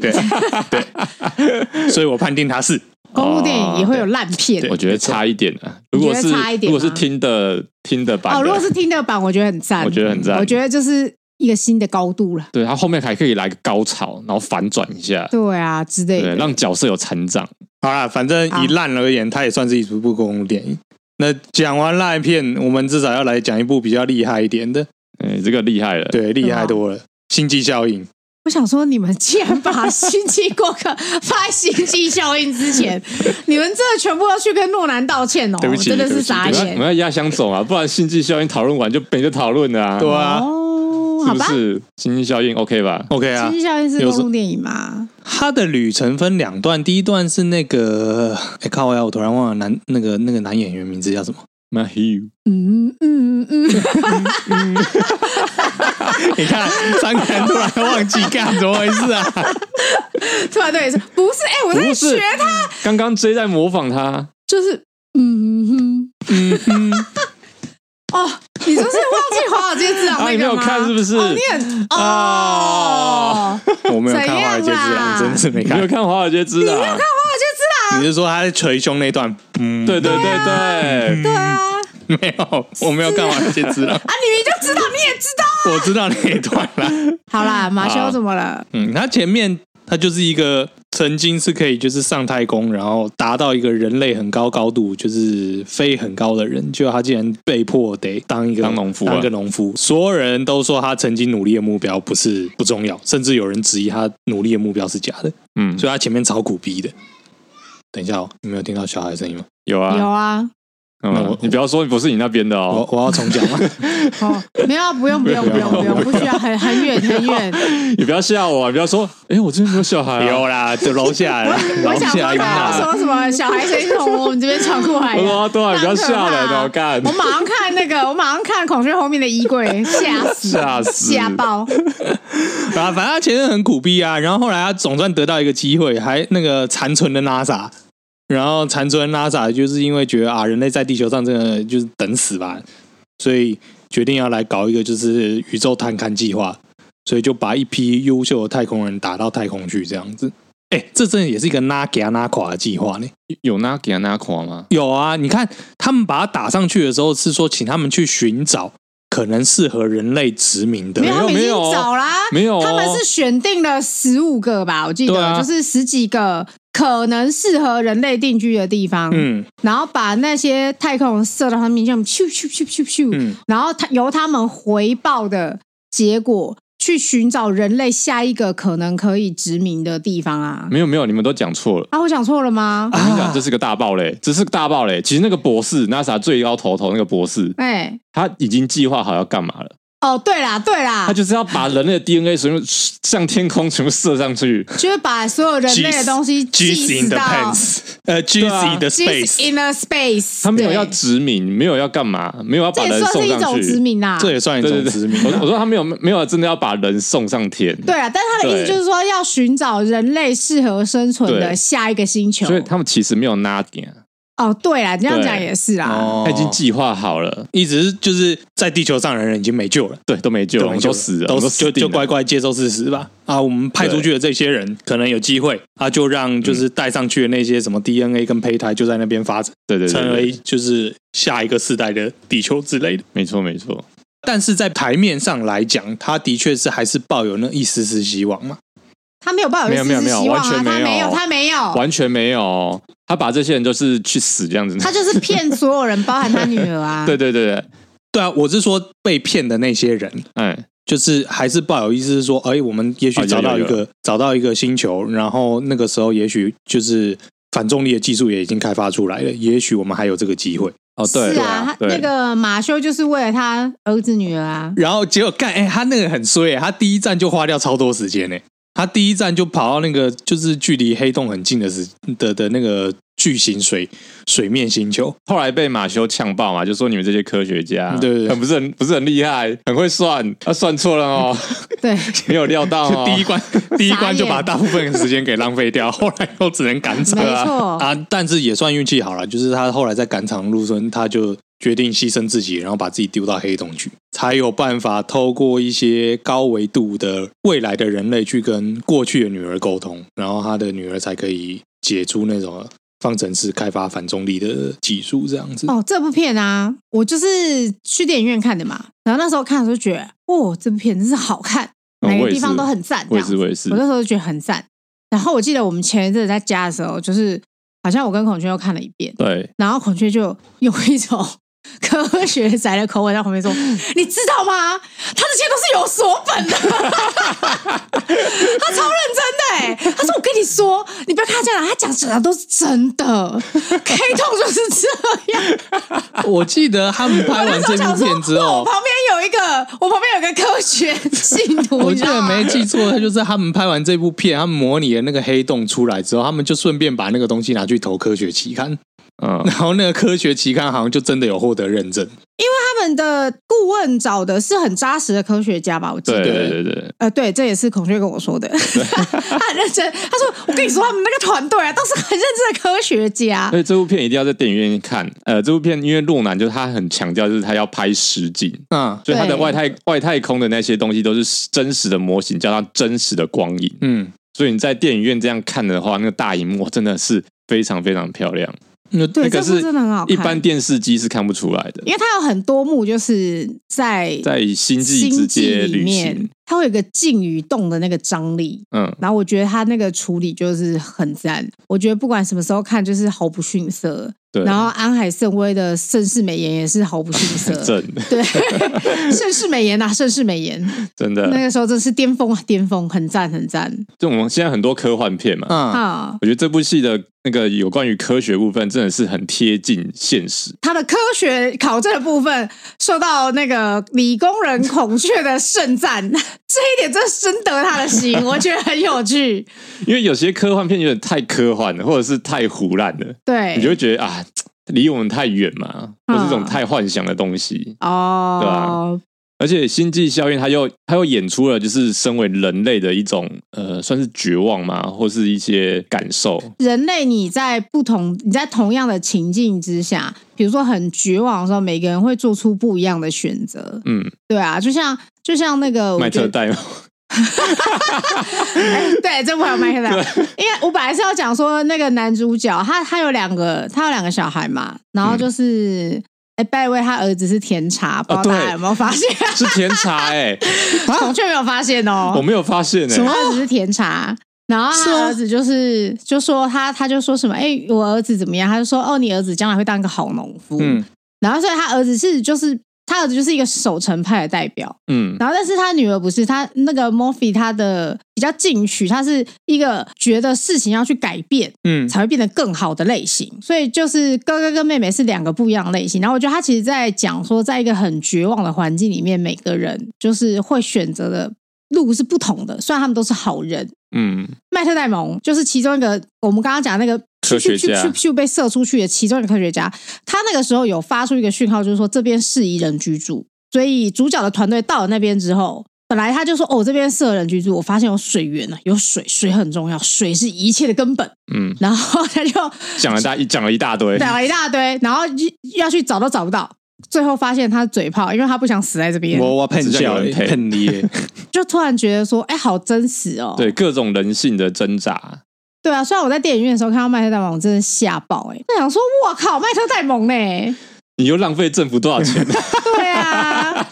所以我判定他是。
公路电影也会有烂片哦
我觉得差一点啊。如果
你
是
觉得差一点
如
吗
果是听的听的版的，
哦。如果是听的版，我觉得很赞，
我觉得很赞
我觉得就是一个新的高度了。
对他后面还可以来个高潮，然后反转一下，
对啊，之类
对，
的。
让角色有成长。
好啦，反正以烂而言，它也算是一部公路电影。那讲完烂片，我们至少要来讲一部比较厉害一点的，
哎，这个厉害了。
对，厉害多了，星际效应》。
我想说，你们竟然把《星际过客》放在《星际效应》之前，你们这全部都去跟诺兰道歉哦，
对不起
真的是
对不起
傻
我啊们要我
眼
们。要压箱走啊，不然《星际效应》讨论完就没得讨论了啊，
对啊、
哦，
是
好
不
吧，《
是？《星际效应》OK 吧？
o k 啊
星，际效应》是
有
公
时
路电影吗？
它的旅程分两段，第一段是那个，哎、靠呀，我突然忘了男那个那个男演员名字叫什么？
那 Hugh
嗯嗯嗯，
你看，三个人突然忘记干，怎么回事啊？
突然对你说，不是，哎，我在
不是
学他，
刚刚 J 在模仿他，
就是嗯嗯
嗯嗯，
哦，你就是忘记华尔街之狼
啊
那
你没
个
有
吗？
看是不是
哦，你很哦
哦，
我没有看《华尔街之狼》，
怎样啦
真是没
你没有
看。
看《华尔街之狼》？
你是说他在捶胸那段？嗯，
对对对对，
对啊，啊，
没有，我没有看《华尔街 之狼》，
你明明就知道，你也知道。
我知道那一段啦。
好啦，马修怎么了？
嗯，他前面他就是一个曾经是可以就是上太空，然后达到一个人类很高高度，就是飞很高的人，结果他竟然被迫得当一个
当农夫啊
当一个农夫。所有人都说他曾经努力的目标不是不重要，甚至有人质疑他努力的目标是假的，
嗯，
所以他前面炒股逼的。等一下哦，你没有听到小孩的声音吗？
有啊
有啊，
那我
嗯，你不要说不是你那边的
我
哦，
我要重讲吗？
哦，没有啊，不用不用不用不用，不需要，很很远很远。
你不要吓我啊！不要说，哎、我这边没有小孩、啊。
有啦，就楼下啦，
我
楼
想
下啊
说
有
他
啦。
要说什么小孩声音从我们这边传过来
我说
的。
对啊，你不要吓人
很可怕
哦，干
我马上看那个，我马上看孔雀后面的衣柜，吓死，
吓死
吓爆！
啊，反正他前任很苦逼啊，然后后来他总算得到一个机会，还那个残存的 NASA，然后残存的 NASA 就是因为觉得啊，人类在地球上真的就是等死吧，所以决定要来搞一个就是宇宙探勘计划，所以就把一批优秀的太空人打到太空去这样子。哎，这真的也是一个拉给他拉垮的计划呢。
有那给他那垮吗？
有啊，你看他们把它打上去的时候是说，请他们去寻找可能适合人类殖民的
没有，他们已
没
经
有
找啦，
没有哦
他们是选定了十五个吧，我记得、
对啊
就是十几个可能适合人类定居的地方，
嗯
然后把那些太空人射到他们面前，咻咻咻咻咻，
嗯
然后他由他们回报的结果去寻找人类下一个可能可以殖民的地方啊。
没有没有，你们都讲错了。
啊，我讲错了吗？
我跟你讲，这是个大爆雷，这是个大爆雷。其实那个博士，NASA 最高头头那个博士，
哎、
他已经计划好要干嘛了？
哦，对啦，对啦
他，就是要把人类的 DNA 全部 向天空全部射上去。
就是把所有人类的东西寄
Juice
死
in the
到
pants，呃，Juice in the space，
Juice in a space，
他没有要
对
殖民，没有要干嘛，没有要
这
把
也
人
算
送
是一
上
种
去。
殖民啦、啊
这也算一
对
种
对对
殖民，啊
我我说他没有没有真的要把人送上天。
对啊，但他的意
对
思就是说，要寻找人类适合生存的
对
下一个星球。
所以他们其实没有 nothing，啊
哦，对啦，这样讲也是啦。
哦
他已经计划好了，
一直是就是在地球上的人已经没救了，
对，都没救了，
就
我
没
们
救
都
了
死了，我
都
们
就
都死定
就
了
乖乖接受事实吧。啊，我们派出去的这些人可能有机会，啊，就让就是带上去的那些什么 DNA 跟胚胎就在那边发展，
对对对
成为
对，
就是下一个世代的地球之类的。
没错没错，
但是在台面上来讲，他的确是还是抱有那一丝丝希望嘛。
他没有抱有一丝
没有没
丝
有没有
希望啊，
完全
他
没有
没有，他没有，
完全没有。他把这些人都是去死这样子。
他就是骗所有人，包含他女儿 啊。
对对对对，
对啊，我是说被骗的那些人，
哎，
就是还是抱有意思是说，哎、我们也许
啊有
找到一
有
个、找到一个星球，然后那个时候也许就是反重力的技术也已经开发出来了，也许我们还有这个机会。
哦对，
是啊，他
对
那个马修就是为了他儿子女儿啊，
然后结果干，哎、他那个很衰、他第一站就花掉超多时间呢、他第一站就跑到那个就是距离黑洞很近的时的的那个巨型水水面星球，
后来被马修呛爆嘛，就说你们这些科学家，
对对对
很不是很不是很厉害，很会算，他、算错 了哦，
对，
没有料到哦。
第一 关第一关就把大部分的时间给浪费掉，后来又只能赶场
没
啊
错，
啊！但是也算运气好了，就是他后来在赶场路上，他就决定牺牲自己，然后把自己丢到黑洞去，才有办法透过一些高维度的未来的人类去跟过去的女儿沟通，然后他的女儿才可以解出那种方程式开发反重力的技术，这样子。
哦，这部片啊，我就是去电影院看的嘛，然后那时候看的时候觉得，哦，这部片真是好看，
嗯
每
我
个
也
地
是
方都很赞，
我
这
也
样
是我也是
我，那时候就觉得很赞。然后我记得我们前一阵子在家的时候，就是好像我跟孔雀又看了一遍，
对，
然后孔雀就用一种 科学宅的口吻在 旁边说：“你知道吗？他这些都是有所本的。” 他超认真的、欸，他说：“我跟你说，你不要看他这样，他讲起来都是 真的。黑洞就是这样。”
我记得他们拍完这
想
部
说，
片之
哇
后
我，旁边有一个，我旁边有个科学信 徒，
我
你
记
知道
得
吗
没记错，就是他们拍完这部片，他们模拟了那个黑洞出来之后，他们就顺便把那个东西拿去投科学期刊，
嗯，
然后那个科学期刊好像就真的有获得认证。
他们的顾问找的是很扎实的科学家吧？我记
对
得，
对对对，
呃，对，这也是孔雀跟我说的， 他很认真。他说：“我跟你说，他们那个团队啊，都是很认真的科学家。
哎所以这部片一定要在电影院看。呃，这部片因为洛南就是他很强调，就是他要拍实景，
嗯
所以他的
对
外太外太空的那些东西都是真实的模型，加上真实的光影。
嗯，
所以你在电影院这样看的话，那个大荧幕真的是非常非常漂亮，
那”
对，
那个
这部
是
真的很好看。
一般电视机是看不出来的。
因为它有很多幕，就是在
在星际
星
之
际
间
里
旅
面
行，，
它会有一个静与动的那个张力。
嗯，
然后我觉得他那个处理就是很赞，我觉得不管什么时候看，就是毫不逊色。
对，
然后安海瑟薇的盛世美颜也是毫不逊色，
正
对，盛世美颜啊，盛世美颜，
真
那
的，
个时候真是巅峰啊，巅峰，很赞，很赞
就我们现在很多科幻片嘛，
嗯，
啊！
我觉得这部戏的那个有关于科学部分真的是很贴近现实，
他的科学考证的部分受到那个理工人孔雀的盛赞，这一点真深得他的心，我觉得很有 趣。
因为有些科幻片有点太科幻了，或者是太胡乱了，
对，
你就会觉得啊，离我们太远嘛，或
嗯
是这种太幻想的东西。对
哦
啊，而且《星际效应》它又它又演出了就是身为人类的一种呃，算是绝望嘛，或是一些感受。
人类你在不同你在同样的情境之下，比如说很绝望的时候，每个人会做出不一样的选择。
嗯，
对啊，就像就像那个我
麦
觉
特
得
戴蒙，
对，这部还有麦克戴蒙，因为我本来是要讲说那个男主角，他他有两个，他有两个小孩嘛，然后就是，哎、拜位他儿子是甜茶，不知道大家
对
有没有发现？
是甜茶哎、
孔雀没有发现
我
哦，
没有发现哎、
他儿子是甜茶。然后
是
他
吗
儿子就是就说他他就说什么哎、我儿子怎么样？他就说哦你儿子将来会当一个好农夫。
嗯
然后所以他儿子是就是他儿子就是一个守成派的代表。
嗯，
然后，但是他女儿不是，他那个 Murphy，他的比较进取，他是一个觉得事情要去改变
嗯，
才会变得更好的类型。所以就是哥哥跟妹妹是两个不一样的类型。然后我觉得他其实在讲说，在一个很绝望的环境里面，每个人就是会选择的路是不同的。虽然他们都是好人，
嗯，
麦特戴蒙就是其中一个，我们刚刚讲那个
科学家
咻咻咻咻咻被射出去的其中一个科学家，他那个时候有发出一个讯号，就是说这边适宜人居住。所以主角的团队到了那边之后，本来他就说哦这边适合人居住，我发现有水源了，啊有水，水很重要，水是一切的根本。
嗯，
然后他就
讲了大一讲了一大堆，
讲了一大堆，然后要去找都找不到，最后发现他是嘴炮，因为他不想死在这边，
我我喷笑
只是有人配
喷你耶，
就突然觉得说哎好真实哦，
对各种人性的挣扎，
对啊，虽然我在电影院的时候看到麦特戴蒙，我真的吓爆哎、欸！那想说，我靠，麦特戴蒙呢、欸
你又浪费政府多少 钱？
对啊，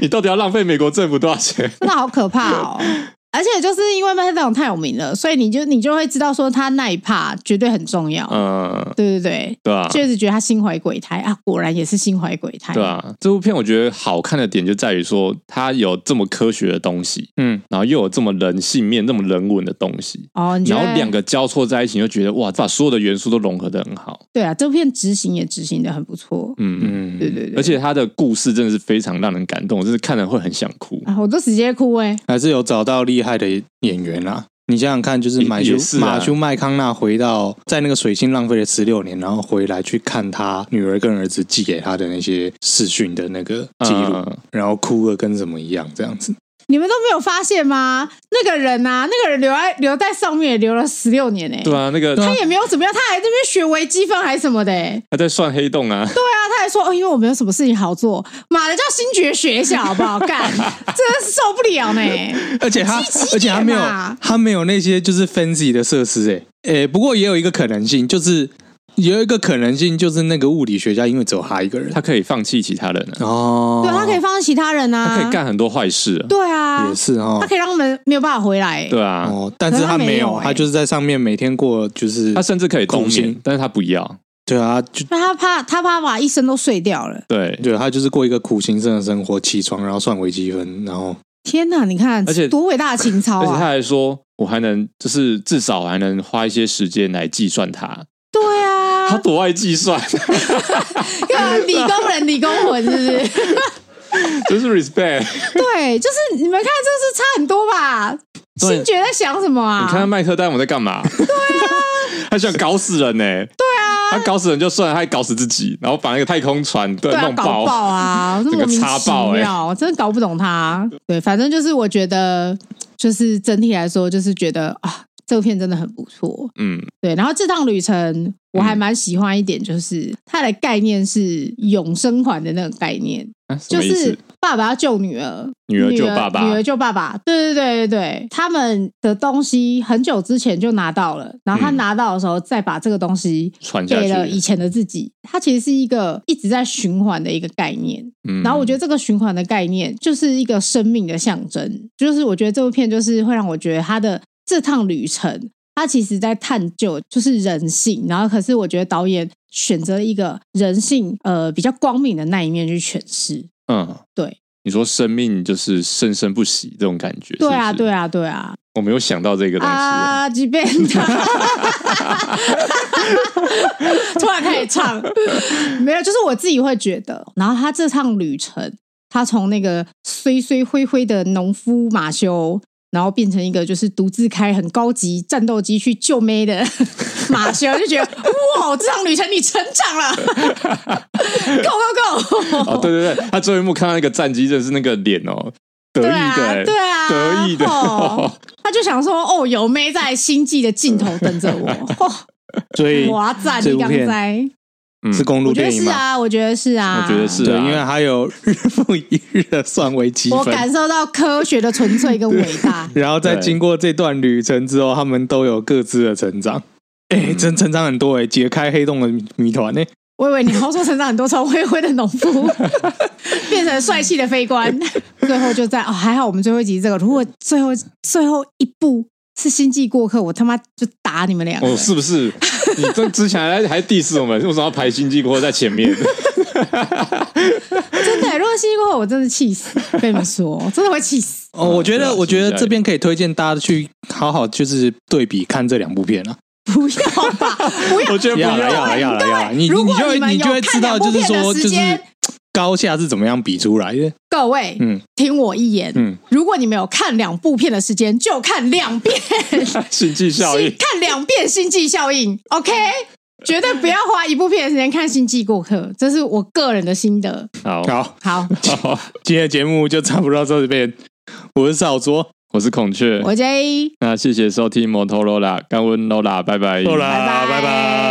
你到底要浪费美国政府多少钱？
真的好可怕哦！而且就是因为麦当劳太有名了，所以你就你就会知道说他那一趴绝对很重要。
嗯，
对对对，
对啊，
就一直觉得他心怀鬼胎啊，果然也是心怀鬼胎。
对啊，这部片我觉得好看的点就在于说，它有这么科学的东西，
嗯，
然后又有这么人性面、这么人文的东西，
哦，你觉
然
得
后两个交错在一起，你就觉得哇，把所有的元素都融合的很好。
对啊，这部片执行也执行的很不错。
嗯，
嗯，
对对对，
而且它的故事真的是非常让人感动，就是看了会很想哭。
啊，我都直接哭哎、
还是有找到厉害的演员啦。你想想看，就是
也
马
也
修、
是啊
马修麦康纳回到在那个水星浪费了十六年，然后回来去看他女儿跟儿子寄给他的那些视讯的那个记录，
嗯
然后哭的跟什么一样，这样子。
你们都没有发现吗？那个人啊，那个人留在留在上面也留了十六年哎、
对啊，那个
他也没有怎么样，他还在那边学微积分还是什么的、欸，
他在算黑洞啊，
那他还说，哦，因为我没有什么事情好做，妈的叫新觉学一下好 不好？干，真是受不了呢、
而且他
积极一，点
而且他没有
嘛，
他没有那些就是 fancy 的设施、欸，诶、不过也有一个可能性，就是有一个可能性，就是那个物理学家因为只有他一个人，
他可以放弃其他人啊，
哦，
对，他可以放在其他人啊，
他可以干很多坏事啊。
对啊，
也是哦
他，可以让他们没有办法回来、欸
对啊，
哦，但是
可是他
他
没
没
有
有，
欸
他就是在上面每天过，就是
他甚至可以冬
苦
眠
行，
但是他不要。
对啊，就
那他怕他怕把一生都碎掉了。
对，
对啊他就是过一个苦行僧的生活，起床然后算微积分，然后
天哪，你看，
而且
多伟大的情操
而且他
啊！
还说，我还能就是至少还能花一些时间来计算
啊
它。
对
他
啊，
多爱计算，
要理工人理工魂是不是？
就是
啊
respect。
对，就是你们看，这是差很多吧？
对
新觉在想什么啊？
你看麦克戴姆在干嘛？对啊， 他想搞死人呢、对啊，他搞死人就算了，他还搞死自己，然后把那个太空船对
对啊，
弄
搞爆啊，这
整
莫
个
名
插
其
爆欸
妙，我真的搞不懂他。对，反正就是我觉得，就是整体来说，就是觉得啊，这部片真的很不错。
嗯，
对，然后这趟旅程我还蛮喜欢一点，就是它的概念是永生环的那个概念，
啊什
就
么意思？
是爸爸要救女儿，
女儿救爸爸
女儿救爸爸。对对对对对，他们的东西很久之前就拿到了，然后他
嗯
拿到的时候再把这个东西
传下
给了以
去。
前的自己，它其实是一个一直在循环的一个概念。
嗯
然后我觉得这个循环的概念就是一个生命的象征，就是我觉得这部片就是会让我觉得他的这趟旅程，他其实在探究就是人性，然后可是我觉得导演选择了一个人性呃比较光明的那一面去诠释。
嗯，
对，
你说生命就是生生不息这种感觉。
对啊，
是不是
对，啊，对啊，
我没有想到这个东西、
啊，即便 他突然开始唱，没有，就是我自己会觉得。然后他这趟旅程，他从那个衰衰灰灰的农夫马修，然后变成一个就是独自开很高级战斗机去救妹的 马修，就觉得哇，这趟旅程你成 长了，Go Go Go！
哦，对对对，他最后一幕看到那个战机，就是那个脸哦，得意
对
的、
啊，
欸，
对啊，
得意的、
哦他就想说，哦，有妹在星际的尽头 等着我， 哦，
所以
哇赞！
这
你
部
刚
片
才，
嗯
是公
我
路
觉得
电影
是
嘛。
啊，我觉得是啊，
我觉得是
对，
啊
因为还有日复一日的算微积
我
分，。
感受到科学的纯粹跟伟大
然后在
对
经过这段旅程之后，他们都有各自的成长。哎、真成长很多哎、解开黑洞的谜谜团哎、
我以为你要说成长很多从灰灰的 农夫变成帅气的飞官，最后就在哦，还好我们最后一集是这个，如果最后最后一步是星际过客，我他妈就打你们两个。
哦，是不是？你这之前还还 diss 我们，为什么要排星际锅在前面？
真的欸，如果星际过后，我真的气死！跟你们说，我真的会气死。
哦，我觉
对啊
得，我觉
是
得
这样
这边可以推荐大家去好好就是对比看这两部片啊。
不要 吧，不要
我觉得不
要了，要了，要了，要了！你
如
你
果
就
你
会
们
你
有
就会知
看
道，
两
就
部
是
片的
说，
时
就是
间
高下是怎么样比出来的。
各位，
嗯
听我一言。
嗯，
如果你们有看两部片的时间，就看两遍，
星际效应
星，看两遍《星际效应》，OK，绝对不要花一部片的时间看《星际过客》，这是我个人的心得。
好，
好，
好，
好，
今天的节目就差不多到这边。我是少卓，
我是孔雀，
我 J，
那谢谢收听摩托罗拉，干温罗拉，拜拜，
够
拜
啦，拜拜。